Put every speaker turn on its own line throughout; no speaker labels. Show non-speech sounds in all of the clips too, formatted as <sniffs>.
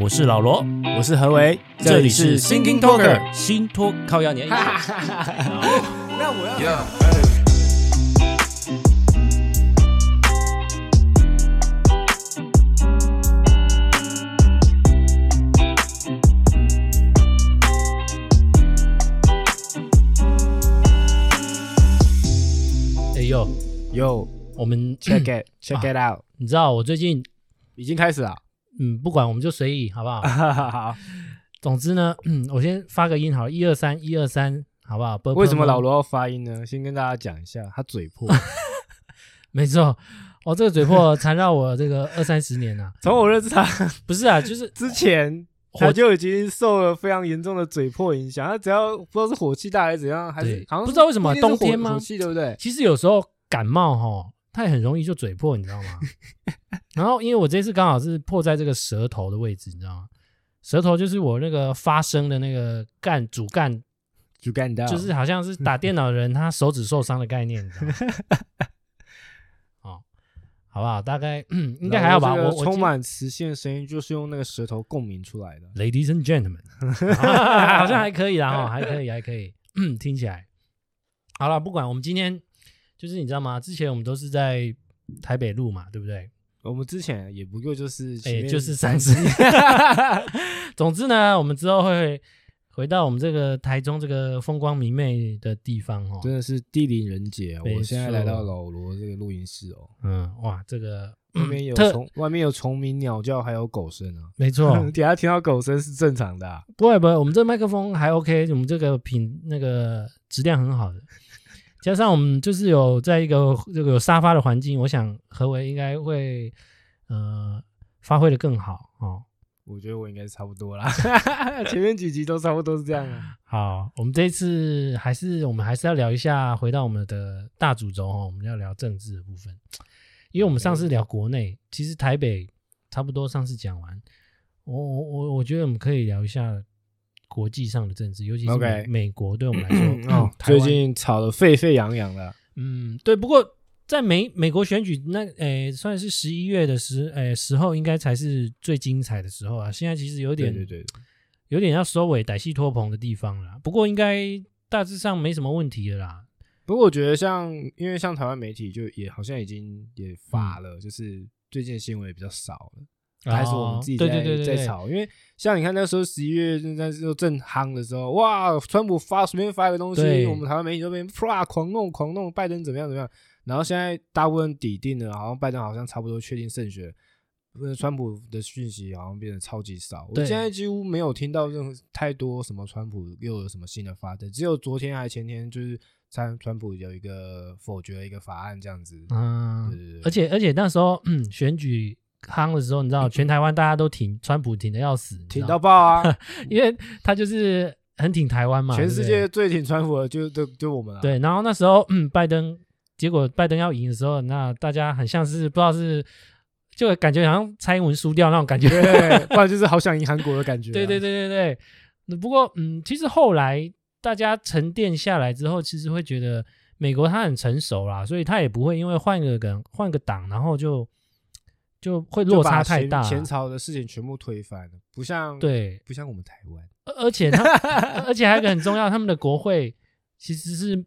我是老罗，
我是何为，
这里是 Thinking Talker 新托靠压年。
那我要
Yeah.
哎呦，
Yo
我们
check it check it out，
你知道我最近
<clears throat> 已经开始啊了。
嗯，不管我们就随意好不好？
好，
总之呢，嗯，我先发个音好了，一二三，一二三，好不好？
为什么老？罗要发音呢？先跟大家讲一下， <laughs> 他嘴破。
没错，哦，这个嘴
<laughs>
破缠绕我这个二三十年呐、
从我认识他
不是啊，就是
之前，
火
<laughs> 他就已经受了非常严重的嘴破影响。他只要不知道是火气大还是怎样，还是
对
好像
不知道为什么
不一定是火
冬天吗
火气对不对？
其实有时候感冒哈，它也很容易就嘴破，你知道
<laughs>
吗？然后因为我这次刚好是破在这个舌头的位置，你知道吗？舌头就是我那个发声的那个干主干，
就干到
就是好像是打电脑的人他手指受伤的概念，你知
<laughs>
道吗？哦，好不好？大概、嗯、应该还好吧。我我
充满磁性的声音就是用那个舌头共鸣出来的。
Ladies and
<laughs>
gentlemen，好啊像还可以啦，哈，还可以，还可以，嗯，听起来。好了，不管我们今天就是你知道吗？之前我们都是在台北录嘛，对不对？
我们之前也不过就是前
哎、
面
就是三十。 <laughs> 总之呢，我们之后会回到我们这个台中这个风光明媚的地方哦。
真的是地灵人杰啊。
没
我现在
错
来到老罗这个录音室哦，
嗯，哇，这个
外面有
特
虫，外面有虫鸣、鸟叫，还有狗声啊。
没错，
<laughs> 等下听到狗声是正常的啊、
不会不会，我们这麦克风还 OK，我们这个品那个质量很好的，加上我们就是有在一个这个有沙发的环境，我想何为应该会呃发挥的更好哦。
我觉得我应该差不多啦， <laughs> 前面几集都差不多是这样啊。
好，我们这一次还是我们还是要聊一下，回到我们的大主轴哦，我们要聊政治的部分，因为我们上次聊国内，其实台北差不多上次讲完，我我我我觉得我们可以聊一下国际上的政治，尤其是美
OK
美国对我们来说，嗯
哦，
台
最
湾
近吵得沸沸扬扬的，啊
嗯，对。不过在美美国选举那诶、算是十一月的时诶、时候，应该才是最精彩的时候啊。现在其实有
对
点
对对，
有点要收尾、歹戏拖棚的地方了啦。不过应该大致上没什么问题的啦。
不过我觉得像，因为像台湾媒体就也好像已经也乏了，就是最近的新闻也比较少了，啊还是我们自己
哦
在
对对对对对
在吵。因为像你看那时候十一月那时候正夯的时候，哇，川普发随便发一个东西，
对
我们台湾媒体就被啪狂弄狂弄，拜登怎么样怎么样。然后现在大部分底定了，好像拜登好像差不多确定胜选。呃川普的讯息好像变得超级少，我
对
现在几乎没有听到任何太多什么川普又有什么新的发展，只有昨天还前天就是川川普有一个否决了一个法案这样子，
嗯，
对对对
而且而且那时候嗯选举夯的时候，你知道全台湾大家都挺川普挺的要死，你知
挺
道
到爆啊！
因为他就是很挺台湾 <laughs> 嘛，
全
对不
世
对
界最挺川普的就就就我们了，啊
对，然后那时候，嗯，拜登，结果拜登要赢的时候，那大家很像是不知道是，就感觉好像蔡英文输掉那种感觉。
对，不然就是好想赢韩国的感觉
<laughs>
啊。
对对对对对。那不过，嗯，其实后来大家沉淀下来之后，其实会觉得美国它很成熟啦，所以它也不会因为换个人换个党，然后就就会
就
落
把
差太
前
大。
前朝的事情全部推翻了，不像，
对，
不像我们台湾，
而而且他，而且还有一个很重要，他们的国会其实是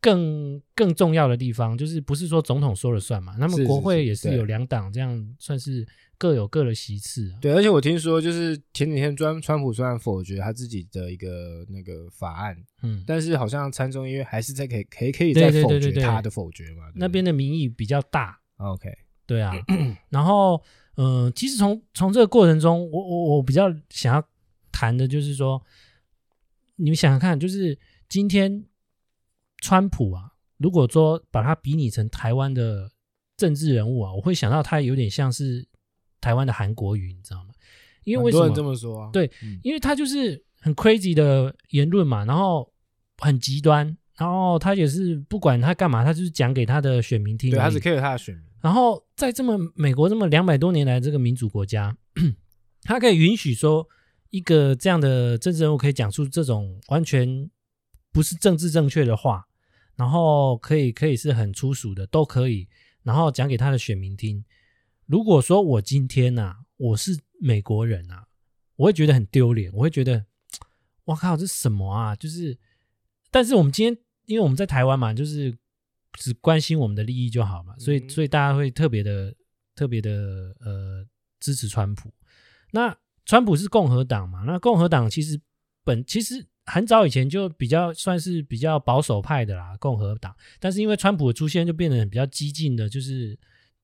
更更重要的地方，就是不是说总统说了算嘛？他们
是是
国会
是
也是
对
有两党，这样算是各有各的席次啊。
对，而且我听说就是前几天川川普虽然否决他自己的一个那个法案，
嗯，
但是好像参众议院还是在可以可以可以
对
再
对
否
对对
决
对
他的否决嘛，对不
那
对
边的民意比较大，
OK，
对
<clears throat>
啊。然后，嗯、其实从从这个过程中，我我我比较想要谈的就是说，你们想想看，就是今天川普啊，如果说把他比拟成台湾的政治人物啊，我会想到他有点像是台湾的韩国瑜，你知道吗？因为为什么
很多人？这么说啊，
对
嗯，
因为他就是很 crazy 的言论嘛，然后很极端，然后他也是不管他干嘛，他就是讲给他的选民听而已。
对，他只 care 他的选民，
然后在这么美国这么两百多年来这个民主国家， <clears throat> 他可以允许说一个这样的政治人物可以讲出这种完全不是政治正确的话，然后可以可以是很粗俗的都可以，然后讲给他的选民听。如果说我今天呐、我是美国人啊，我会觉得很丢脸，我会觉得，我靠，这什么啊？就是，但是我们今天，因为我们在台湾嘛，就是只关心我们的利益就好嘛，所以、
嗯
所以大家会特别的特别的呃支持川普。那川普是共和党嘛？那共和党其实本其实很早以前就比较算是比较保守派的啦，共和党。但是因为川普的出现，就变得很比较激进的，就是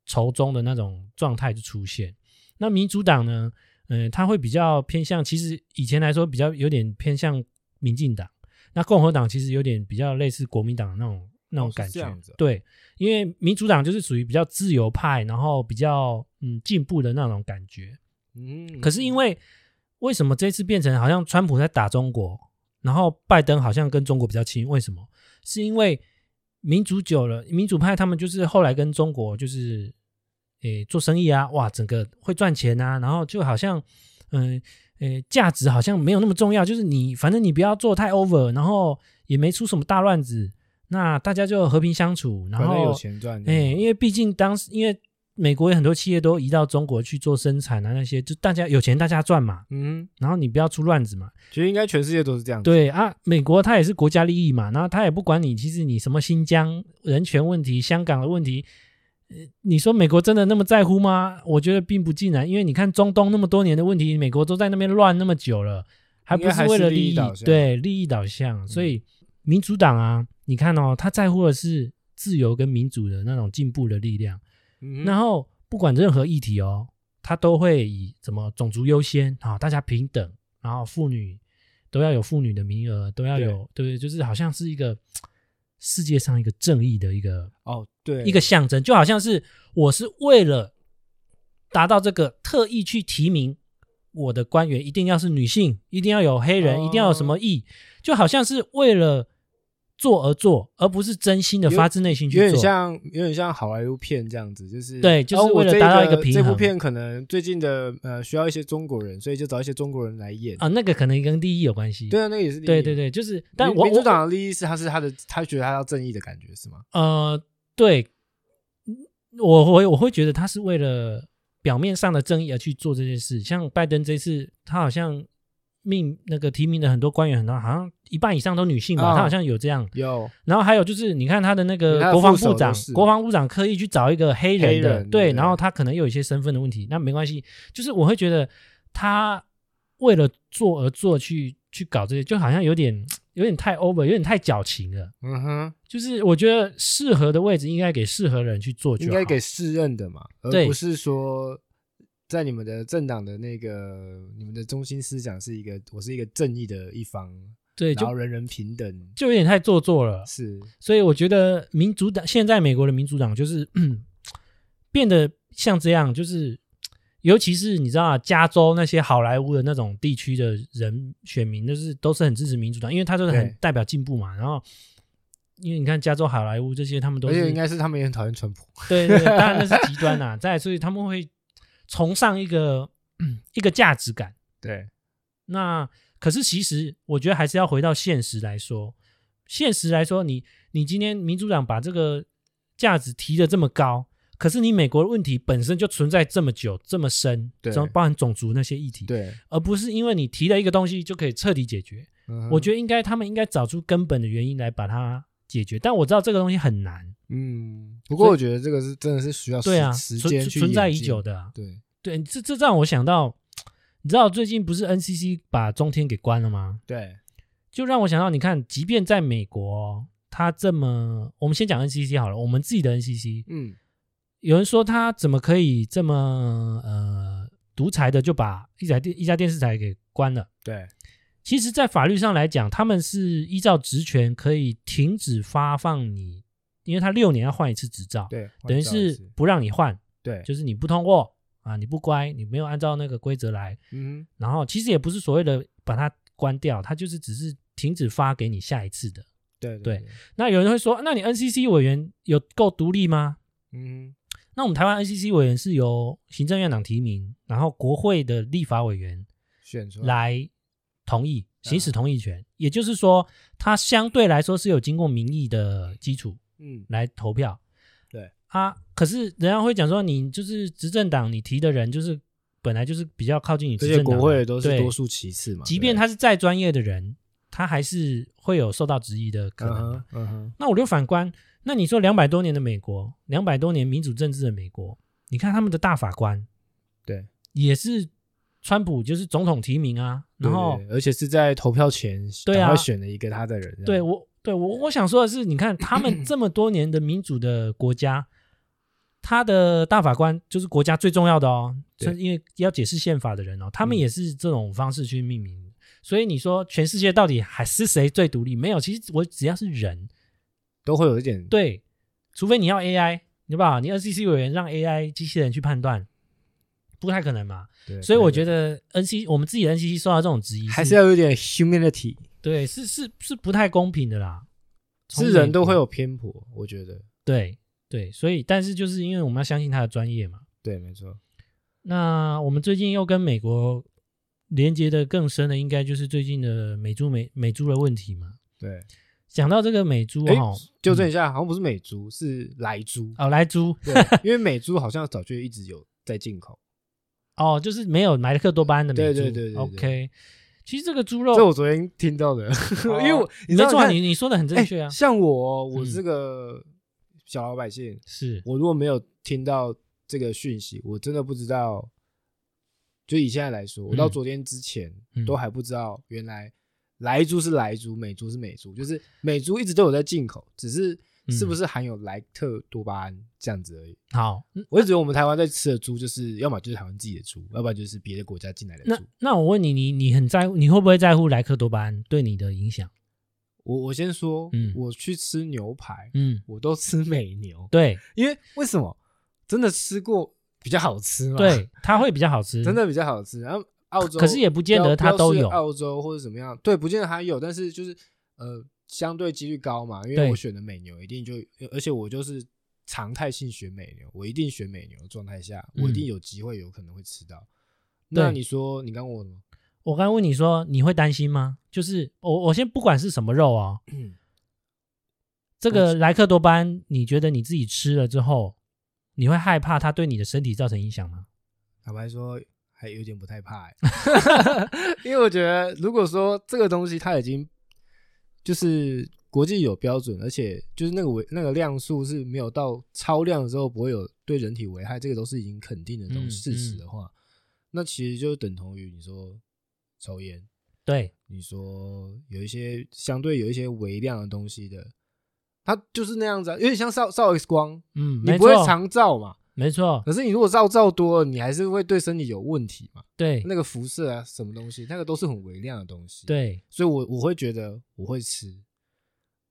仇中的那种状态就出现。那民主党呢，嗯、他会比较偏向，其实以前来说比较有点偏向民进党。那共和党其实有点比较类似国民党的那种那种
哦是
感觉，
这样子啊
对，因为民主党就是属于比较自由派，然后比较嗯进步的那种感觉。
嗯，
可是因为为什么这次变成好像川普在打中国，然后拜登好像跟中国比较亲？为什么？是因为民主久了，民主派他们就是后来跟中国就是诶、做生意啊，哇，整个会赚钱啊，然后就好像嗯诶、价值好像没有那么重要，就是你反正你不要做太 over，然后也没出什么大乱子，那大家就和平相处，然
反正
后
有钱赚，
哎、因为毕竟当时因为美国有很多企业都移到中国去做生产啊，那些就大家有钱大家赚嘛，
嗯，
然后你不要出乱子嘛。
其实应该全世界都是这样子，
对啊，美国它也是国家利益嘛，然后它也不管你，其实你什么新疆人权问题、香港的问题。呃你说美国真的那么在乎吗？我觉得并不尽然，因为你看中东那么多年的问题，美国都在那边乱那么久了，还不
应该还
为
是
了
利益
益
导向嗯
对利益导向，所以民主党啊，你看哦，他在乎的是自由跟民主的那种进步的力量，
嗯，
然后不管任何议题哦，他都会以什么种族优先啊，大家平等，然后妇女都要有妇女的名额，都要有，对不对？就是好像是一个嘖世界上一个正义的一个
哦，对，
一个象征，就好像是我是为了达到这个特意去提名我的官员一定要是女性，一定要有黑人，
哦
一定要有什么意，就好像是为了做而做，而不是真心的
有
发自内心去
有
做。
点像有点像好莱坞片这样子，就是
对就是
哦我
为了
这
达到一个
个
平
这部
衡
片可能最近的呃需要一些中国人，所以就找一些中国人来演。
啊，那个可能跟利益有关系。
对啊，那个也是利益
对对
嘛。
对，就是，但
民
我
民主
我
党的利益是他是他的，他觉得他要正义的感觉是吗？
呃，对，我我会我会觉得他是为了表面上的正义而去做这件事。像拜登这次，他好像命那个提名的很多官员，很多好像一半以上都女性吧，
啊
他好像有这样。
有
然后还有就是，你看他的那
你看
个
他
国防
副手
部
都
长
是，
国防部长刻意去找一个黑
黑
人的，
人
对，
对
然后他可能又有一些身份的问题，那没关系。就是我会觉得他为了做而做去去搞这些，就好像有点有点太 over，有点太矫情了。
嗯哼，
就是我觉得适合的位置应该给适合的人去做就
应
好，
该给适任的嘛，而
对
不是说在你们的政党的那个你们的中心思想是一个我是一个正义的一方，
对，
然后
就
人人平等
就有点太做作了。
是
所以我觉得民主党现在美国的民主党就是 <clears throat> 嗯变得像这样，就是尤其是你知道、啊、加州那些好莱坞的那种地区的人选民，就是都是很支持民主党，因为他就是很
对
代表进步嘛。然后因为你看加州好莱坞这些，他们都
而且
是
应该是他们也很讨厌川普。
对对，对当然那是极端啦、再来所以他们会崇尚一个、嗯一个价值感。
对，
那可是其实我觉得还是要回到现实来说，现实来说，你你今天民主党把这个价值提得这么高，可是你美国的问题本身就存在这么久这么深，
对
种包含种族那些议题，
对，
而不是因为你提了一个东西就可以彻底解决。我
得
觉得应该他们应该找出根本的原因来把它解决，但我知道这个东西很难，
嗯，不过我觉得这个是真的是需要
对啊，
哦时时
存
间去
存在
演
已
进
久。的、啊，
对
对，这这让我想到，你知道最近不是 NCC 把中天给关了吗？
对，
就让我想到，你看，即便在美国，它这么，我们先讲 NCC 好了，我们自己的 NCC，
嗯，
有人说它怎么可以这么呃独裁的就把一家电一家电视台给关了？
对，
其实，在法律上来讲，他们是依照职权可以停止发放你，因为他六年要换一次执照，
对，
等于
我知道
是不让你换，
对，
就是你不通过啊，你不乖，你没有按照那个规则来，
嗯
然后其实也不是所谓的把它关掉，它就是只是停止发给你下一次的。
哼，对
对，那有人会说，啊那你 NCC 委员有够独立吗？
嗯
那我们台湾 NCC 委员是由行政院长提名，然后国会的立法委员
哼，选出来，
来同意行使同意权，也就是说，它相对来说是有经过民意的基础
嗯，
来投票。
对
啊，可是人家会讲说，你就是执政党，你提的人就是本来就是比较靠近你
这
执
些
政党
国
的，
会都是
对
多数其次嘛，
即便
对
他是再专业的人，他还是会有受到质疑的可
嗯
能嘛。
哼嗯哼，
那我就反观，那你说两百多年的美国，两百多年民主政治的美国，你看他们的大法官
对，
也是川普就是总统提名啊，然后
对对对而且是在投票前
对啊
赶快选了一个他的人，这
对
样
我对我我想说的是，你看他们这么多年的民主的国家，他的大法官就是国家最重要的哦，
对
甚至因为要解释宪法的人哦，他们
嗯
也是这种方式去命名。所以你说全世界到底还是谁最独立？没有，其实我只要是人，
都会有一点
对，除非你要 AI，你把你 NCC 委员让 AI 机器人去判断，不太可能嘛。
对，
所以我觉
得
得 NC 我们自己的 NCC 受到这种质疑，
还是要有一点 humanity，
对，是是是不太公平的啦。从
是人
美
都会
国
有偏颇，我觉得
对对，所以但是就是因为我们要相信他的专业嘛。
对，没错，
那我们最近又跟美国连接的更深的，应该就是最近的美猪美美猪的问题嘛。
对，
讲到这个美猪
诶
哦，
纠正一下，好像不是美猪，是莱猪，
哦来猪
对，因为美猪好像早就一直有在进口，
哦，就是没有莱克多巴胺的美
对
猪。
对对对对
OK，其实这个猪
这
肉，
我昨天听到的，
哦
因为我你知
没
道
错啊，
看
你你说的很正
哎
确啊，
像我哦，我
嗯
这个小老百姓，
是
我如果没有听到这个讯息，我真的不知道。就以现在来说，我到
嗯
昨天之前
嗯
都还不知道，原来莱猪是莱猪，美猪是美猪，就是美猪一直都有在进口，只是是不
嗯
是含有莱特多巴胺这样子而已。
好。
我一直觉得我们台湾在吃的猪，就是要么就是台湾自己的猪，要不然就是别的国家进来的
那
猪。
那我问你，你你很在乎，你会不会在乎莱克多巴胺对你的影响？
我我先说，
嗯
我去吃牛排，
嗯，
我都吃美牛，
对
因为为什么？真的吃过比较好吃嘛？，
对，它会比较好吃，
<laughs> 真的比较好吃。然后澳洲
可是也不见得它
它
都有
澳洲或者怎么样，对，不见得它有，但是就是呃，相对几率高嘛，因
对
为我选的美牛一定就，而且我就是常态性选美牛，我一定选美牛的状态下，我一定
嗯
有机会有可能会吃到。
对
那你说你刚问我什么？
我刚问你说你会担心吗？就是我我先不管是什么肉哦，
嗯
<clears throat> 这个莱克多巴胺，你觉得你自己吃了之后，你会害怕它对你的身体造成影响吗？
坦白说，还有点不太怕、
<laughs>
欸，因为我觉得如果说这个东西它已经就是国际有标准，而且就是那个维那个量数是没有到超量的时候不会有对人体危害，这个都是已经肯定的东
嗯
事实的话，那其实就等同于你说抽烟，
对，
你说有一些相对有一些微量的东西的。它就是那样子、啊，有点像照照 X 光，
嗯，
你
没
不会
错，
常照嘛？
没错，
可是你如果照照多了，你还是会对身体有问题嘛？
对
那个辐射啊，什么东西，那个都是很微量的东西。，
对，
所以我我会觉得我会吃，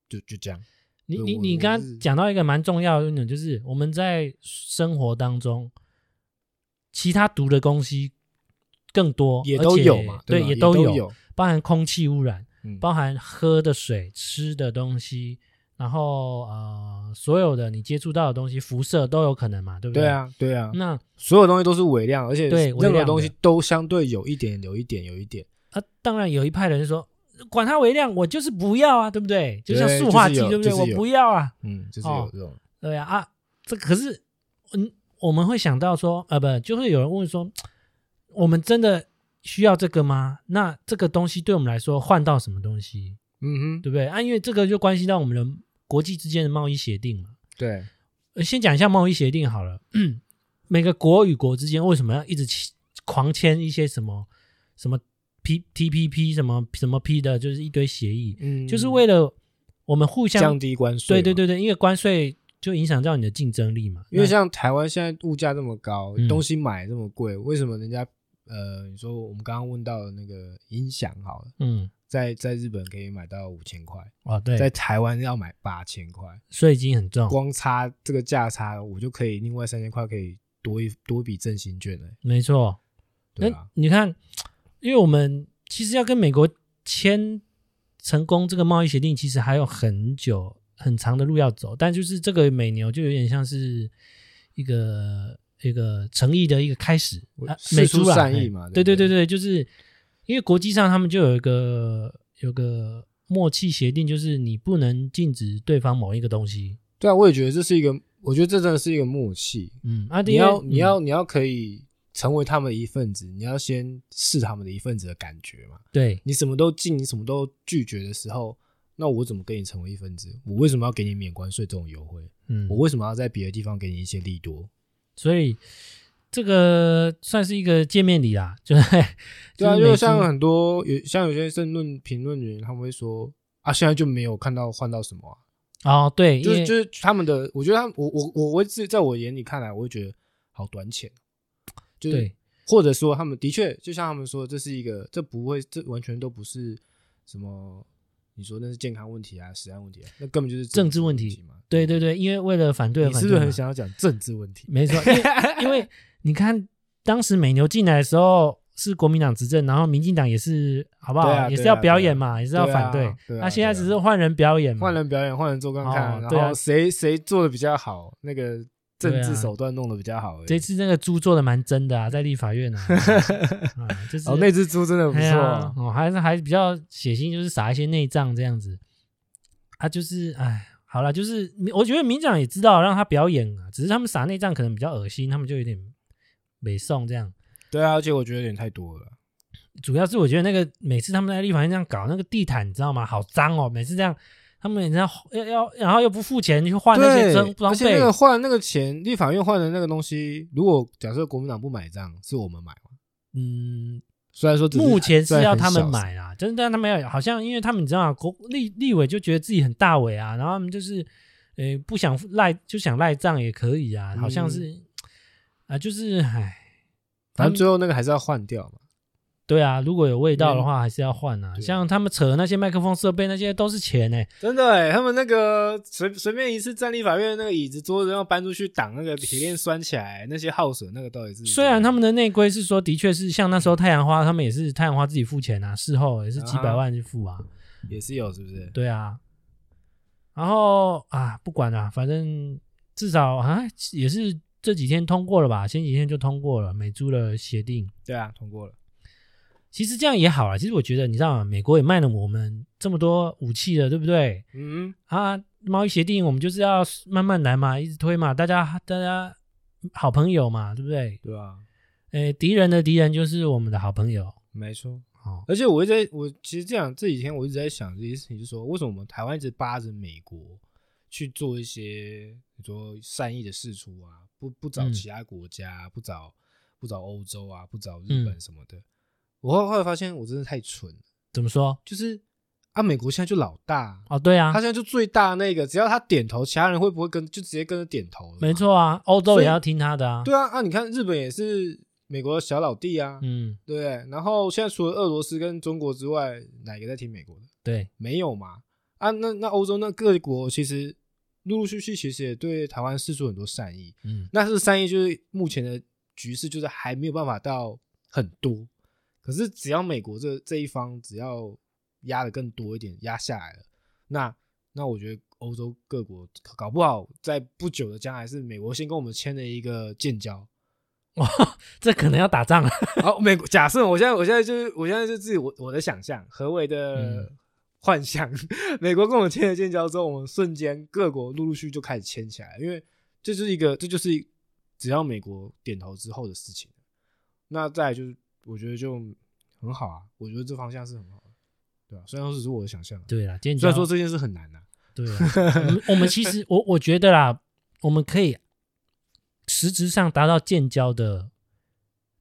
就就这样。
你
对
你
我
你
我
刚
是
刚讲到一个蛮重要的一点，就是我们在生活当中，其他毒的东西更多，
也
而
都
且
有嘛，
对，
吧
也
也
都有，
有。
包含空气污染。
嗯，
包含喝的水、吃的东西，然后呃，所有的你接触到的东西，辐射都有可能嘛，对不
对
对，
啊，对啊，
那
所有东西都是微量，而且
对微
任何
量
东
的
西都相对有一点，有一点，有一点。
啊，当然有一派人说，管它微量，我就是不要啊，对不对？就像
对
塑化剂，
就是
对
有
不对？
就是
我
有
不要啊，
嗯，就是
哦
有这种。
对啊，啊，这可是嗯，我们会想到说，呃，不，就会有人问说，我们真的需要这个吗？那这个东西对我们来说换到什么东西，
嗯哼，
对不对？啊，因为这个就关系到我们的国际之间的贸易协定嘛。
对，
呃先讲一下贸易协定好了。 <clears throat> 每个国与国之间为什么要一直签狂签一些什么什么 P T P P 什么什么 P 的，就是一堆协议，
嗯，
就是为了我们互相
降低关税。
对对。对对，因为关税就影响到你的竞争力嘛。
因为
那
像台湾现在物价这么高，
嗯
东西买这么贵，为什么人家呃，你说我们刚刚问到的那个音响好了，
嗯
在在日本可以买到五千块，
哦
在
对，哦
台湾要买八千块，
税金很重，
光差这个价差，我就可以另外三千块可以多一多一笔振兴券了、
没错。
对
那
啊，
你看，因为我们其实要跟美国签成功这个贸易协定，其实还有很久很长的路要走。但就是这个美牛就有点像是一个一个诚意的一个开始，
我
啊、
事
美
出
猪啦
善意
嘿
嘛
对
对不
对
对
对，就是因为国际上他们就有一个有个默契协定，就是你不能禁止对方某一个东西。
对啊，我也觉得这是一个，我觉得这真的是一个默契。
嗯，啊，
你要
因为
你、要你要可以成为他们的一份子，你要先是他们的一份子的感觉嘛。
对，
你什么都禁，你什么都拒绝的时候，那我怎么跟你成为一份子？我为什么要给你免关税这种优惠？
嗯
我，为什么要在别的地方给你一些利多？
所以这个算是一个见面礼啦， <laughs> 就是
对啊，
是
因为
每
像
次
很多有像有些政论评论员，他们会说啊，现在就没有看到换到什么啊、
哦，对，
就
因
是
为
就是他们的，我觉得他们我我我我自己在我眼里看来，我会觉得好短浅，就是
对
或者说他们的确就像他们说，这是一个这不会这完全都不是什么你说那是健康问题啊、食安问题啊，那根本就是
政治问题
嘛。
对对对，因为为了反对，
你是不是很
想？
想要讲政治问题？
没
<laughs>
错，因为因为你看当时美牛进来的时候是国民党执政，然后民进党也是好不好？
对啊
也是
对啊
要表演嘛，也是要反
对
对
啊。对啊
那现在
对啊
只是换人表演嘛，
换人表演，换人做看看，
哦
然
对啊
后谁谁做的比较好，那个政
对啊
治手段弄得比较好而已。
这次那个猪做的蛮真的啊，在立法
<laughs>
院啊，啊就是
哦，那只猪真的不
哎
错
呀
啊，
哦，还是还是比较血腥，就是撒一些内脏这样子。啊，就是哎，好了，就是我觉得民进党也知道让他表演啊，只是他们撒内脏可能比较恶心，他们就有点美送这样。
对啊，而且我觉得有点太多了。
主要是我觉得那个每次他们在立法院这样搞那个地毯，你知道吗？好脏哦，每次这样，他们人家要要，然后又不付钱去换那些
对，
装装
而且那
备
个，换那个钱，立法院换的那个东西，如果假设国民党不买账，是我们买嘛？
嗯，
虽然说只
目前
虽
是
然
要
很
他们
少
买啦，真但他们要好像因为他们你知道吗啊国立立委就觉得自己很大伟啊，然后他们就是呃不想赖就想赖账也可以啊，好像是
嗯
啊、就是唉，他
反
们
正最后那个还是要换掉嘛。
对啊，如果有味道的
嗯
话还是要换啊，
对
像他们扯那些麦克风设备那些都是钱哎、
真的哎、他们那个随随便一次站立法院那个椅子桌子要搬出去挡那个铁
<sniffs>
链拴起来，那些耗损那个到底是
虽然他
们
们的内规是说，的确是像那时候太阳花，他们也是太阳花自己付钱啊，事后也是几百万去付啊，
也是有是不是？
对啊。然后啊，不管了、反正至少啊也是这几天通过了吧，前几天就通过了美猪的协定。
对啊，通过了。
其实这样也好啊了，其实我觉得你知道吗？美国也卖了我们这么多武器了，对不对？
嗯，
啊，贸易协定我们就是要慢慢来嘛，一直推嘛，大家大家好朋友嘛，对不对？
对啊，
诶，敌人的敌人就是我们的好朋友。
没错。
哦，
而且我一直在我其实这样这几天我一直在想这件事情，就是说为什么我们台湾一直扒着美国去做一些你说善意的事出啊，不不找
嗯
其他国家，不找不找欧洲啊，不找日
嗯
本什么的。我后后来发现我真的太蠢了，
怎么说？
就是啊，美国现在就老大，
哦，对啊
他，现在就最大那个，只要他点头，其他人会不会跟就直接跟着点头了？
没。错啊，欧洲
所
也
以
要听他的啊。
对啊，啊，你看日本也是美国的小老弟啊，
嗯，
对不对。然后现在除了俄罗斯跟中国之外，哪个在听美国的？
对，
没有嘛？啊，那那欧洲那各国其实陆陆续续其实也对台湾释出很多善意，
嗯，
那是善意就是目前的局势就是还没有办法到很多，可是只要美国这这一方只要压的更多一点，压下来了，那那我觉得欧洲各国搞不好在不久的将来是美国先跟我们签了一个建交，
哇，这可能要打仗了。
<laughs> 好，美国假设我现在我现在就是我现在就自己我我的想象，何为的
嗯
<laughs> 幻想？美国跟我们签了建交之后，我们瞬间各国陆陆续续就开始签起来，因为这就是一个这就是一只要美国点头之后的事情。那再来就是我觉得就很好啊，我觉得这方向是很好的，对吧、虽然说只是我的想象啊，
对啦，建
虽
交
然说这件事很难啊，
对啊，我们我们其实我我觉得啦，我们可以实质上达到建交的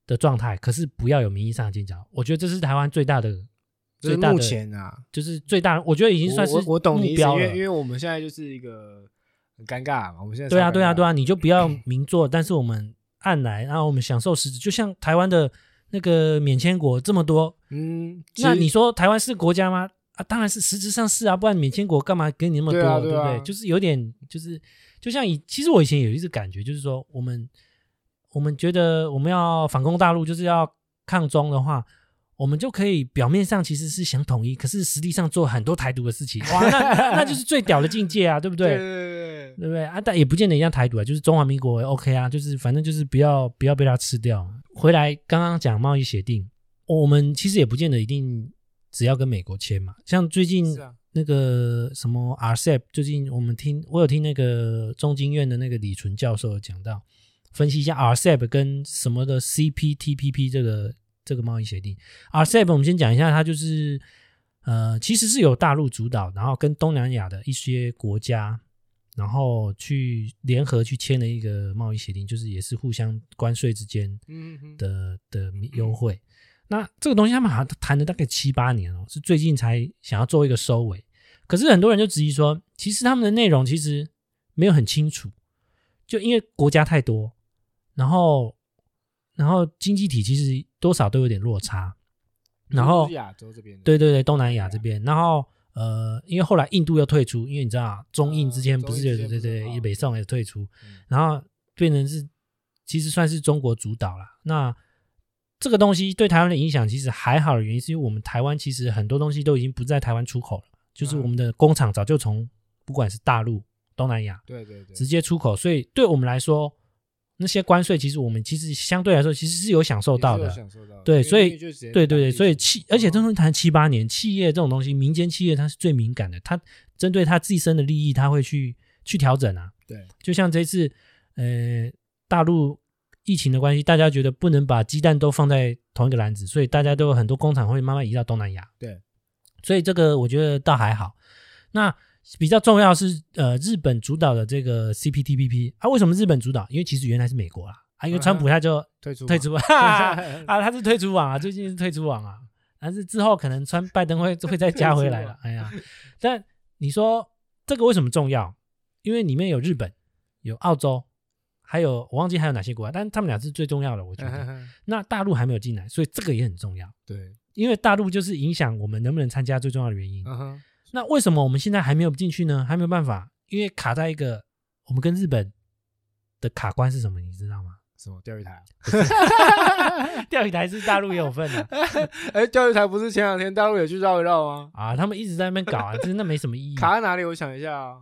的状态，可是不要有名义上的建交。我觉得这是台湾最大的
这是
最大的
目前啊，
就是最大，我觉得已经算是
我我我懂你
目
意思，因
标
为因
了。
为我们现在就是一个很尴尬嘛，我们现在
对啊，
超尴
对啊，
尬
对啊，，你就不要明做，但是我们按来，然后我们享受实质，就像台湾的那个免签国这么多，
嗯，其
那
实
你说台湾是国家吗？啊，当然是，实质上是啊，不然免签国干嘛给你那么多，
对啊对
不
啊
对？就是有点，就是就像以，其实我以前有一次感觉，就是说我们我们觉得我们要反攻大陆，就是要抗中的话，我们就可以表面上其实是想统一，可是实际上做很多台独的事情，哇，那那那就是最屌的境界啊，对不对？
<laughs> 对对对。
对不对啊？但也不见得一样台独啊，就是中华民国也 OK 啊，就是反正就是不要不要被它吃掉。回来刚刚讲贸易协定，我们其实也不见得一定只要跟美国签嘛。像最近
是啊
那个什么 E RCEP，最近我们听我有听那个中经院的那个李纯教授有讲到，分析一下 RCEP 跟什么的 CPTPP 这个这个贸易协定。RCEP 我们先讲一下，它就是呃，其实是由大陆主导，然后跟东南亚的一些国家，然后去联合去签了一个贸易协定，就是也是互相关税之间
嗯哼，
的的优
嗯
惠。那这个东西他们好像谈了大概七八年哦，是最近才想要做一个收尾。可是很多人就质疑说，其实他们的内容其实没有很清楚，就因为国家太多，然后然后经济体其实多少都有点落差，然后
就是亚洲这边的，
对对对，东南亚这边，然后呃，因为后来印度又退出，因为你知道中印之间
嗯
不是有
中
对对
印之间不是
对，
哦
北宋也退出，
嗯，
然后变成是其实算是中国主导啦。那这个东西对台湾的影响其实还好的原因，是因为我们台湾其实很多东西都已经不在台湾出口了，就是
嗯
我们的工厂早就从不管是大陆、东南亚
对对对，
直接出口，所以对我们来说，那些关税其实我们其实相对来说其实是有享受到
也是有
的。
享受到的，
对
因为
所以
因为就直接
对对对，
当地嗯
所以
就
企，而且这东西谈七八年，企业这种东西，民间企业它是最敏感的，它针对它自身的利益，它会去去调整啊。
对
就像这次，呃，大陆疫情的关系，大家觉得不能把鸡蛋都放在同一个篮子，所以大家都有很多工厂会慢慢移到东南亚。
对，
所以这个我觉得倒还好。那比较重要是，呃，日本主导的这个 CPTPP 啊，为什么日本主导？因为其实原来是美国啦，啊，因为川普他就
退出
退
嘛，
出， <laughs> 哈哈啊，他是退出网啊，最近是退出网啊，但是之后可能川拜登会会再加回 <laughs> 来了。哎呀，但你说这个为什么重要？因为里面有日本、有澳洲，还有我忘记还有哪些国家，但是他们俩是最重要的，我觉
嗯哼
得。
哼
那大陆还没有进来，所以这个也很重要，
对，
因为大陆就是影响我们能不能参加最重要的原因。
嗯哼，
那为什么我们现在还没有进去呢？还没有办法，因为卡在一个我们跟日本的卡关是什么，你知道吗？
什么钓鱼台啊？
<laughs> 钓鱼台是大陆也有份的、
<laughs> 哎，钓鱼台不是前两天大陆也去绕一绕吗？
啊，他们一直在那边搞
<laughs>
啊，真的没什么意义。
卡在哪里？我想一下啊，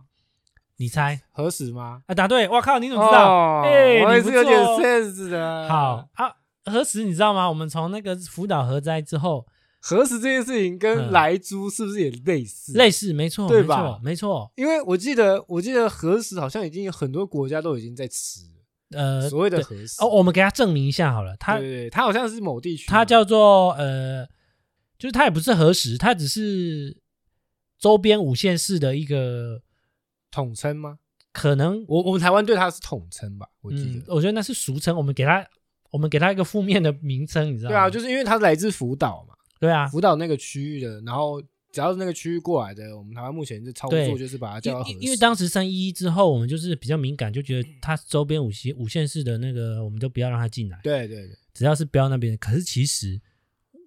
你猜
核实吗？
啊？答对！我靠，你怎么知道？
哦
哎
我
你
也
不
是有点
错哦
sense 的。
好，啊，何时你知道吗？我们从那个福岛核灾之后，
核实这件事情跟
嗯
莱猪是不是也类似？
类似，没错，
对
没
吧
错，没错。
因为我记得，我记得核实好像已经有很多国家都已经在吃
呃，
所谓的
对
核实。
哦，我们给他证明一下好了，
对，
他
对对，它好像是某地区嘛，
他叫做呃，就是他也不是核实，他只是周边五县市的一个
统称吗？
可能，
我我们台湾对它是统称吧，我记
嗯，
得。
我觉得那是俗称，我们给他我们给他一个负面的名称，你知道
对
吗？
啊，就是因为它来自福岛嘛，
对啊，
福岛那个区域的，然后只要是那个区域过来的，我们台湾目前就操
对
作就是把它
因
叫到核实
因因为当时三一一之后，我们就是比较敏感，就觉得它周边五线五线市的那个，我们就不要让它进来，
对对对，
只要是标那边。可是其实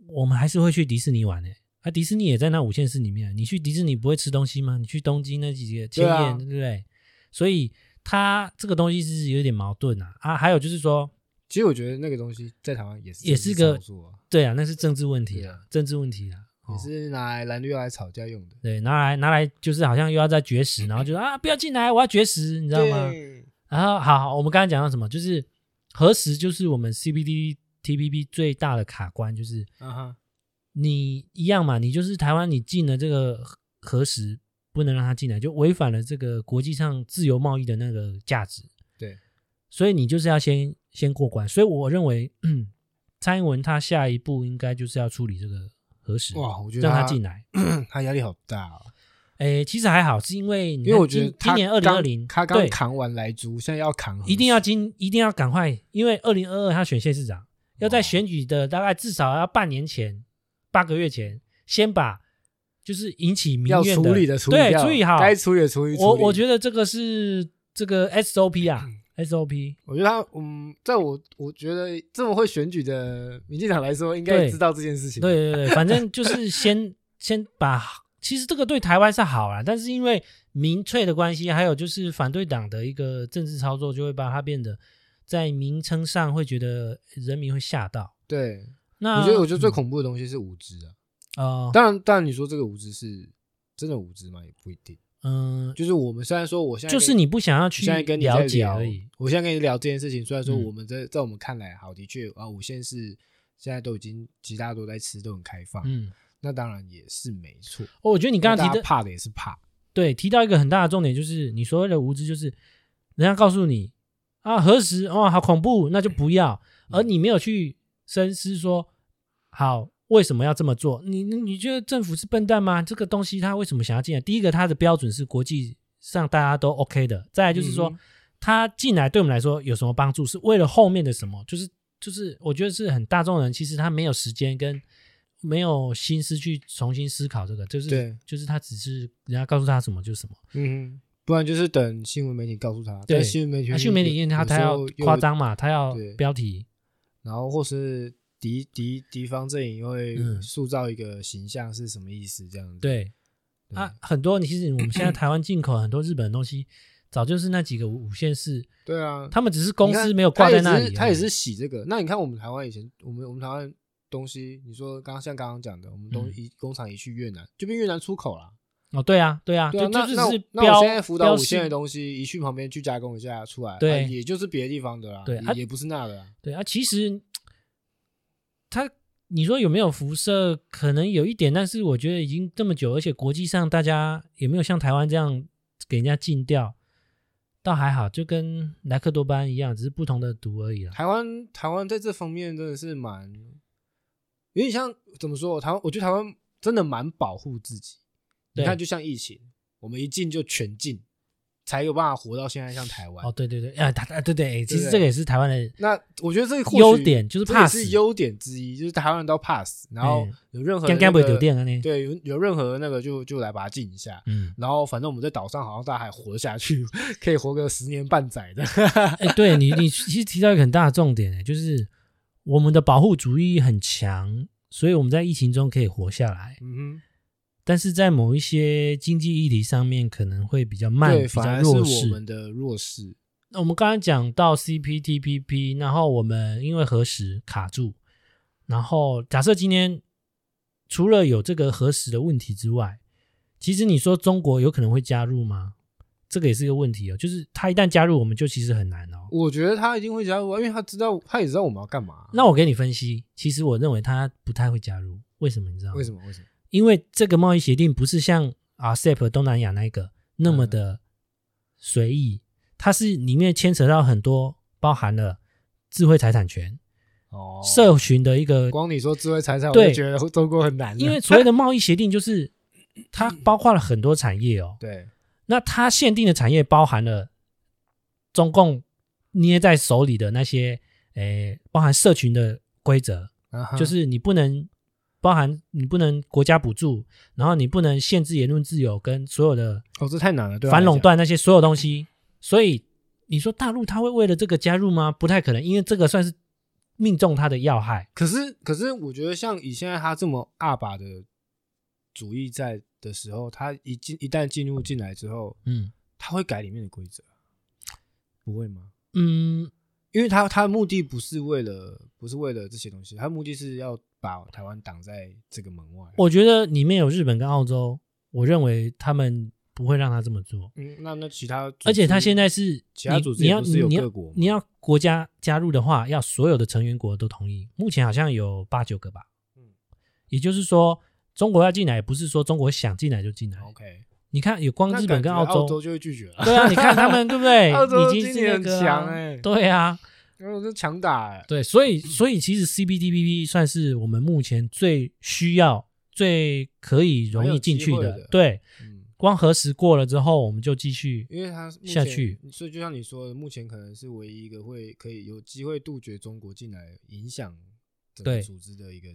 我们还是会去迪士尼玩诶、啊，迪士尼也在那五线市里面。啊你去迪士尼不会吃东西吗？你去东京那几个千
对啊
叶，对不对？所以它这个东西是有点矛盾啊啊！还有就是说，
其实我觉得那个东西在台湾也是
也是个
政治操作啊
对啊，那是政治问题
对
啊
啊，
政治问题啊，哦
也是拿来蓝绿要来吵架用的，
对，拿来拿来就是好像又要再绝食，然后就说啊不要进来，我要绝食，你知道吗？
对？
然后好好，我们刚才讲到什么？就是核实，就是我们 CPT TPP 最大的卡关，就是
啊哈，
你一样嘛，你就是台湾，你进了这个核核实，不能让它进来，就违反了这个国际上自由贸易的那个价值。
对，
所以你就是要先先过关。所以我认为， <clears throat> 嗯，蔡英文他下一步应该就是要处理这个核实，
哇，我觉得
让
他
他进来。
<clears throat> 他压力好大哦，
诶，其实还好，是因为你
因为
看
我觉得
今今
他
年二零二零，
刚他刚扛完莱猪，现在要扛核
一定要
实
今一定要赶快，因为二零二二他选县市
哦
长，要在选举的大概至少要半年前、八个月前，先把就是引起民
要
怨
处理的处理
对
掉，
处理好。
该处理的处理。嗯
我
处理
我觉得这个是这个 SOP 啊，SOP
我觉得他嗯，在我我觉得这么会选举的民进党来说，应该
对
知道这件事情。
对对对，反正就是先先把，其实这个对台湾是好啦，但是因为民粹的关系，还有就是反对党的一个政治操作，就会把它变得在名称上会觉得人民会吓到。
对，
那
我觉得我觉得最
嗯
恐怖的东西是无知啊。
呃
当然，当然你说这个无知是真的无知吗？也不一定。
嗯，
就是我们虽然说我现在
就是
跟
你不想要
我
去
现在跟你在
了解
聊
而已。。
我现在跟你聊这件事情，虽然说
嗯
我们在在我们看来，好的确啊，五线是现在都已经其实大家都在吃，都很开放，
嗯，
那当然也是没错。
哦，我觉得你
你
刚刚提的
怕的也是怕，
对提到一个很大的重点，就是你所谓的无知，就是人家告诉你啊，核实哇，好恐怖，那就不要。
嗯
而你没有去深思说，好为什么要这么做？你你你觉得政府是笨蛋吗？这个东西他为什么想要进来？第一个，它的标准是国际上大家都 OK 的；再来就是说
嗯，
他进来对我们来说有什么帮助？是为了后面的什么？就是就是，我觉得是很大众人，其实他没有时间跟没有心思去重新思考这个，就是
对
就是他只是人家告诉他什么就什么。
嗯哼，不然就是等新闻媒体告诉他，
对
但新闻媒体
啊，新闻媒体因为他
有
他
时
要
候又
夸，张嘛，他要
对
标题，
然后或是敌敌敌方阵营会
嗯
塑造一个形象是什么意思这样子，
对
对
啊，很多其实我们现在台湾进口很多日本的东西，早就是那几个五五线市，
对啊，
他们只是公
你看
司没有挂在那
他也
里，
只
啊
是他也是，洗这个。那你看我们台湾以前，我们我们台湾东西，你说刚刚像刚刚讲的，我们东
嗯
西移、工厂移去越南，就变越南出口啦。
哦，对啊，对啊，
对啊，
就
那
就只
那
是
那我
标
现在辅导
标
五线
示
的东西移去旁边去加工一下出来，
对
啊也就是别的地方的啦，
对
也,、
啊
不是那的啦。
对啊，其实他你说有没有辐射？可能有一点，但是我觉得已经这么久，而且国际上大家也没有像台湾这样给人家禁掉，倒还好，就跟莱克多巴胺一样，只是不同的毒而已啦。
台湾台湾在这方面真的是蛮有点像怎么说？台湾我觉得台湾真的蛮保护自己。你
对
看，就像疫情，我们一进就全进，才有办法活到现在，像台湾。
哦，对对对，啊，他啊，对对，哎其
对
实
不
这
对
个也是台湾的
那我觉得这个或许
优点，就是
这
怕
也
死
是，优点之一，就是台湾人都怕死，然后
嗯
有任何
干
那
干不
个
会丢电啊呢。
对，有有任何那个就就来把它禁一下。
嗯，
然后反正我们在岛上好像大家还活得下去， <laughs> 可以活个十年半载的。
哎，对你，你其实提到一个很大的重点，哎，就是我们的保护主义很强，所以我们在疫情中可以活下来。
嗯
但是在某一些经济议题上面可能会比较
哼，
慢，
对，
比
反
较
而是
弱
我
势
们。的弱势。
那我们刚刚讲到 CPTPP，然后我们因为核实卡住，然后假设今天除了有这个核实的问题之外，其实你说中国有可能会加入吗？这个也是一个问题哦，就是他一旦加入，我们就其实很难哦。
我觉得他一定会加入啊，因为他知道，他也知道我们要干嘛。啊
那我给你分析，其实我认为他不太会加入，为什么？你知道吗
为？什么？为什么？
因为这个贸易协定不是像 RCEP 东南亚那一个那
嗯
么的随意，它是里面牵扯到很多，包含了智慧财产权、
哦，
社群的一个，
光你说智慧财产，我
对
就觉得中国很难了。。
因为所谓的贸易协定就是它包括了很多产业哦
对，
那它限定的产业包含了中共捏在手里的那些，诶，包含社群的规则，
啊哈
就是你不能包含你不能国家补助，然后你不能限制言论自由跟所有的
哦，这太难了，对他来
反
讲
垄断那些所有东西。所以你说大陆他会为了这个加入吗？不太可能，因为这个算是命中他的要害。
可是，可是我觉得像以现在他这么阿爸的主义在的时候，他一进一旦进入进来之后，
嗯
他会改里面的规则，不会吗？
嗯，
因为他他的目的不是为了不是为了这些东西，他的目的是要把台湾挡在这个门外。
我觉得里面有日本跟澳洲，我认为他们不会让他这么做。
嗯，那那其他组织，
而且他现在是
其他组
你
织
你
也
要
不是有
你
各
要
国吗
你要国家加入的话，要所有的成员国都同意。目前好像有八九个吧。
嗯
也就是说，中国要进来，也不是说中国想进来就进来。
OK，
你看，有光
哦那
日本跟
感觉澳
洲，
就会拒绝了。
<laughs>
<laughs>
对啊，你看他们对不对？
澳洲
已经是那
今年
个
很强
啊
欸
对啊，
然后这强打、欸，
对，所以所以其实 CPTPP 算是我们目前最需要、最可以容易进去
很有
的。
机会的
对，
嗯，
光核实过了之后，我们就继续。
因为他目前
下去，
所以就像你说的，目前可能是唯一一个会可以有机会杜绝中国进来影响整
对
个组织的一个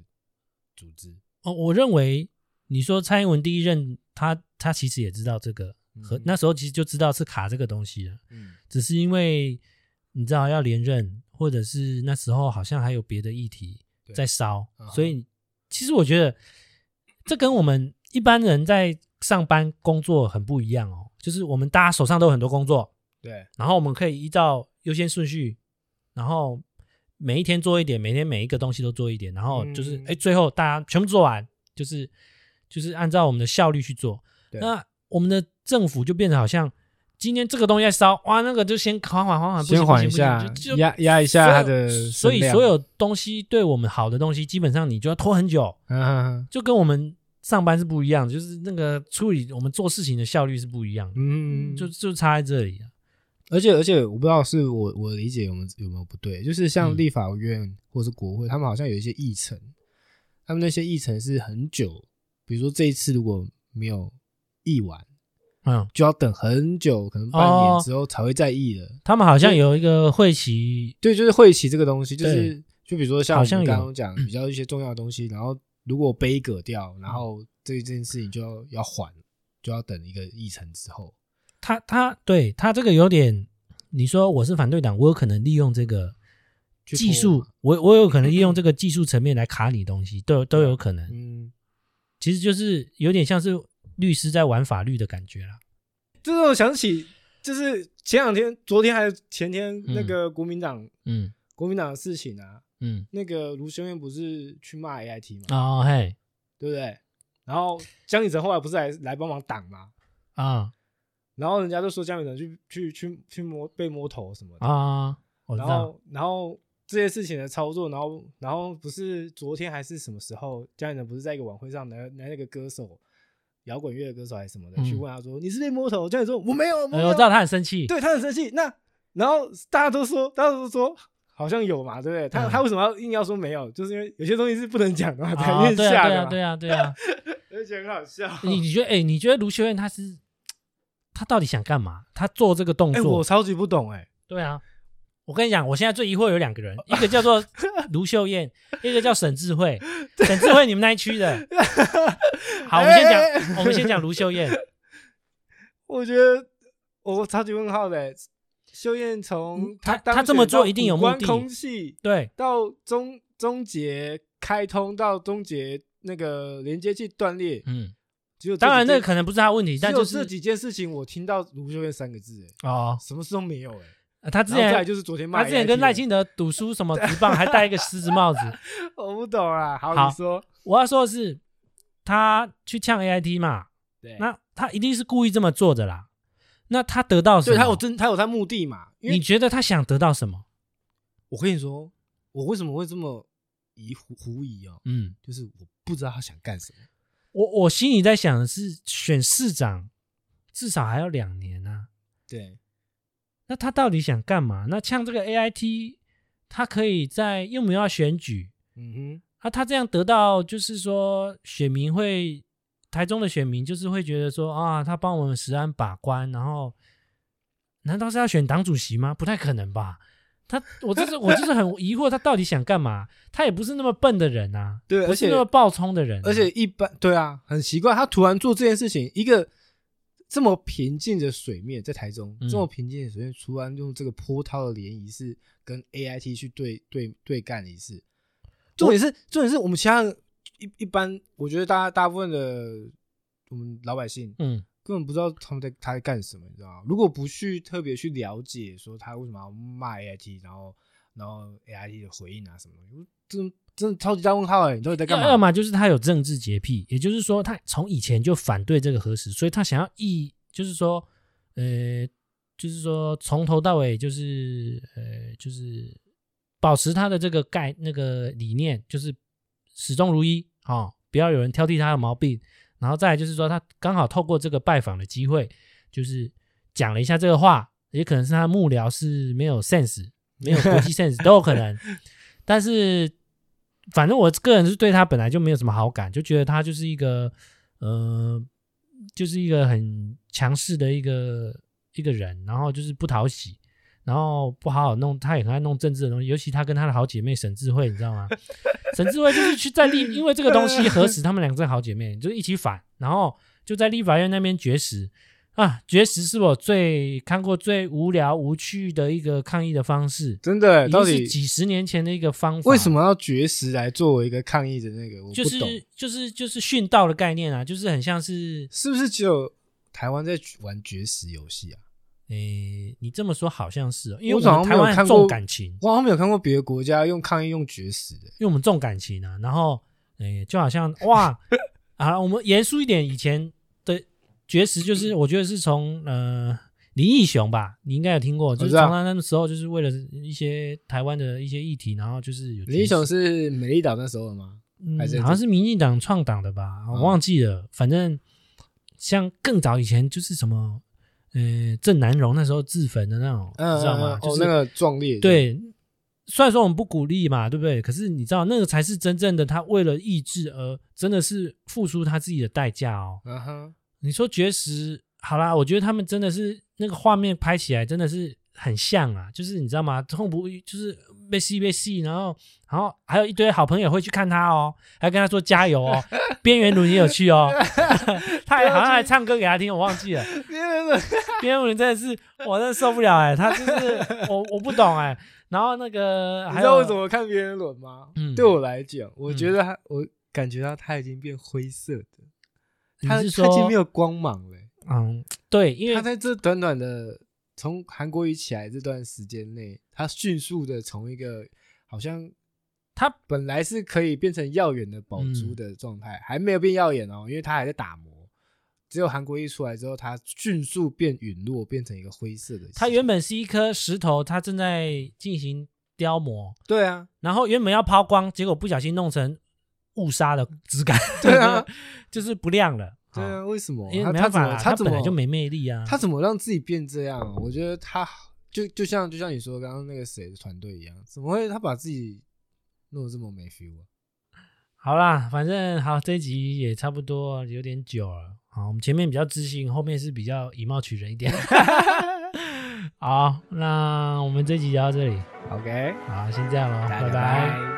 组织。
哦，我认为你说蔡英文第一任，他他其实也知道这个，和
嗯
那时候其实就知道是卡这个东西了。
嗯，
只是因为你知道要连任，或者是那时候好像还有别的议题
对
在烧
嗯，哼
所以其实我觉得这跟我们一般人在上班工作很不一样哦。就是我们大家手上都有很多工作，
对，
然后我们可以依照优先顺序，然后每一天做一点，每天每一个东西都做一点，然后就是哎
嗯、
诶最后大家全部做完，就是就是按照我们的效率去做。
对
那我们的政府就变得好像今天这个东西在烧，哇，那个就先缓缓缓缓，啊不行
先缓一
不行不
下
行就，就
压压一下它的
所以
声量
所有东西对我们好的东西，基本上你就要拖很久，
嗯嗯
就跟我们上班是不一样，就是那个处理我们做事情的效率是不一样的。
嗯，
就就差在这里啊。
而且而且我不知道是我我理解有没有有没有不对，就是像
嗯
立法院或是国会，他们好像有一些议程，他们那些议程是很久，比如说这一次如果没有议完，
嗯，
就要等很久，可能半
哦
年之后才会再议了。
他们好像有一个会期，
对，就是会期这个东西，就是
对
就比如说像
好
我
像
们
有嗯
刚刚讲比较一些重要的东西，然后如果杯葛掉，然后这件事情就要要缓，就要等一个议程之后。
他他对他这个有点，你说我是反对党，我有可能利用这个
去
技
拖
术
嘛，
我我有可能利
<clears throat>
用这个技术层面来卡你东西，都有都有可能。
嗯，
其实就是有点像是律师在玩法律的感觉啦。
这让我想起，就是前两天、昨天还有前天
嗯
那个国民党、
嗯
国民党的事情啊，
嗯，
那个卢修燕不是去骂 AIT 嘛，
哦嘿
对不对？然后江以诚后来不是来来帮忙挡嘛，
啊
然后人家就说江以诚去去去去摸被摸头什么的，
啊，我知
然
道，
后然后这些事情的操作，然后然后不是昨天还是什么时候，江以诚不是在一个晚会上拿拿那个歌手。摇滚乐的歌手还是什么的，
嗯
去问他说：“你是被摸头？”江以诚说：“我没有，我没
哎
有。
我知道他很生气。
对他很生气。那然后大家都说，大家都说好像有嘛，对不对？他、
嗯
他为什么要硬要说没有？就是因为有些东西是不能讲的嘛，台
啊，
面
对
下
啊，对
的
啊，
嘛，
对啊，对啊。
而且很好笑。
你你觉得，哎，你觉得卢修燕他是他到底想干嘛？他做这个动
哎、
作
我，超级不懂哎、
对啊。我跟你讲，我现在最疑惑有两个人，一个叫做卢秀燕，一个叫沈智慧。沈智慧，你们那一区
<laughs>
的。好，我们先
哎
讲，我们先讲卢秀燕。
我觉得我超级问号的、欸。修燕从
嗯他
当
他这么
选到
做一定有
古关
目的
空气
对，
到终终结开通到终结那个连接器断裂，
嗯，
只有这
当然
几
那个
件
可能不是他的问题，但
只有
就
这
是
几件事情，我听到卢修燕三个字、欸，
哦，
什么事都没有哎、
呃他之
然后再
前
来就是昨天骂
他之前跟
AIT
赖
的
清德赌输什
<laughs>
么直棒，还戴一个狮子帽子。
我不懂啊，好，
好
你说，
我要说的是，他去呛 AIT 嘛，
对
那他一定是故意这么做的啦。那他得到什
对
么？
他有真，他有他目的嘛？因
你
为
觉得他想得到什么？
我跟你说，我为什么会这么疑狐狐疑哦，
嗯，
就是我不知道他想干什么。
我我心里在想的是，选市长至少还要两年啊。
对，
那他到底想干嘛？那呛这个 AIT，他可以在又没有要选举，
嗯
啊，他这样得到就是说选民会，台中的选民就是会觉得说啊，他帮我们食安把关，然后难道是要选党主席吗？不太可能吧？他我就是我
<laughs>
就是很疑惑，他到底想干嘛？他也不是那么笨的人啊，
对
不
而且
是那么暴冲的人啊、
哼，而且一般对啊，很奇怪，他突然做这件事情，一个这么平静的水面，在台中、
嗯
这么平静的水面，突然用这个波涛的涟漪是跟 AIT 去对对对干一次。重点是重点是我们其他人一一般，我觉得大家大部分的我们老百姓，
嗯
根本不知道他们在他在干什么，你知道吗？如果不去特别去了解说他为什么要骂 AIT，然后然后 AIT 的回应啊什么的，我真的真的超级大问号哎、你到底在干
要要
嘛？
么就是他有政治洁癖，也就是说他从以前就反对这个核实，所以他想要一就是说，呃，就是说从头到尾就是呃就是保持他的这个概那个理念，就是始终如一哦，不要有人挑剔他的毛病。然后再来就是说，他刚好透过这个拜访的机会，就是讲了一下这个话，也可能是他的幕僚是没有 sense，没有国际
<laughs>
sense 都有可能。但是反正我个人是对他本来就没有什么好感，就觉得他就是一个呃，就是一个很强势的一个一个人，然后就是不讨喜，然后不好好弄，他也很爱弄政治的东西，尤其他跟他的好姐妹沈智慧，你知道吗？沈智慧就是去在立，因为这个东西核实他们两个是好姐妹，就是一起反，然后就在立法院那边绝食。啊，绝食是我最看过最无聊无趣的一个抗议的方式，
真的、欸
已
哎到
经是
底
几十年前的一个方法。
为什么要绝食来作为一个抗议的那个？我
就
不
是
懂，
就是就是殉道的概念啊，就是很像是，
是不是只有台湾在玩绝食游戏啊？
诶、你这么说好像是、哦，因为
我
我
好
们
像没
台
有
湾
看
很
过
重感情，
我好像没有看过别的国家用抗议用绝食的、
因为我们重感情啊，然后诶、就好像哇啊，我们严肃一点，以前的绝食就是我觉得是从呃林义雄吧，你应该有听过，就是
知
从
道
他那个时候就是为了一些台湾的一些议题，然后就是有
林
绝
英
食
雄是美丽岛那时候的吗？
嗯
还是，嗯
好像是民进党创党的吧，我忘记了。反正像更早以前就是什么，呃郑南榕那时候自焚的那种，
嗯，
你知道吗？
嗯
就
哦，
是、
那个壮烈，，
对，虽然说我们不鼓励嘛，对不对？可是你知道那个才是真正的他为了意志而真的是付出他自己的代价哦。
嗯哼，
你说绝食，好啦，我觉得他们真的是那个画面拍起来真的是很像啊，就是你知道吗？痛不欲就是被戏被戏，然后然后还有一堆好朋友会去看他哦，还跟他说加油哦，边缘轮也有去
<laughs>
哦，他还好像还唱歌给他听，我忘记了。
别人的
边缘轮真的是我真的受不了哎、他就是 <laughs> 我我不懂哎、然后那个
<laughs> 你
啊还
知道
有
为什么看别人轮吗？
嗯
对我来讲，我觉得他，我感觉到他已经变灰色的，
你是
他他已经
说
没有光芒了欸。
嗯对，因
他
为
在这短短的从韩国瑜起来这段时间内，他迅速的从一个好像
他嗯
本来是可以变成耀眼的宝珠的状态，还没有变耀眼哦，因为他还在打磨。只有韩国瑜出来之后，他迅速变陨落，变成一个灰色的。
他原本是一颗石头，他正在进行雕磨。
对啊，
然后原本要抛光，结果不小心弄成雾纱的质 <laughs> 感，
对啊，
就是不亮了。
对
哦，
啊，为什么？
因
他
为没
他
办
怎
法
么
啦，
他
他
怎
本来
么
就没魅力啊。
他怎么让自己变这样啊？我觉得他就就像就像你说刚刚那个谁的团队一样，怎么会他把自己弄得这么没 feel 啊？
好啦，反正好，这一集也差不多有点久了。好，我们前面比较知性，后面是比较以貌取人一点。 <laughs> 好，那我们这集就到这里。
OK，啊
好，先这样喽，
大家
拜
拜拜。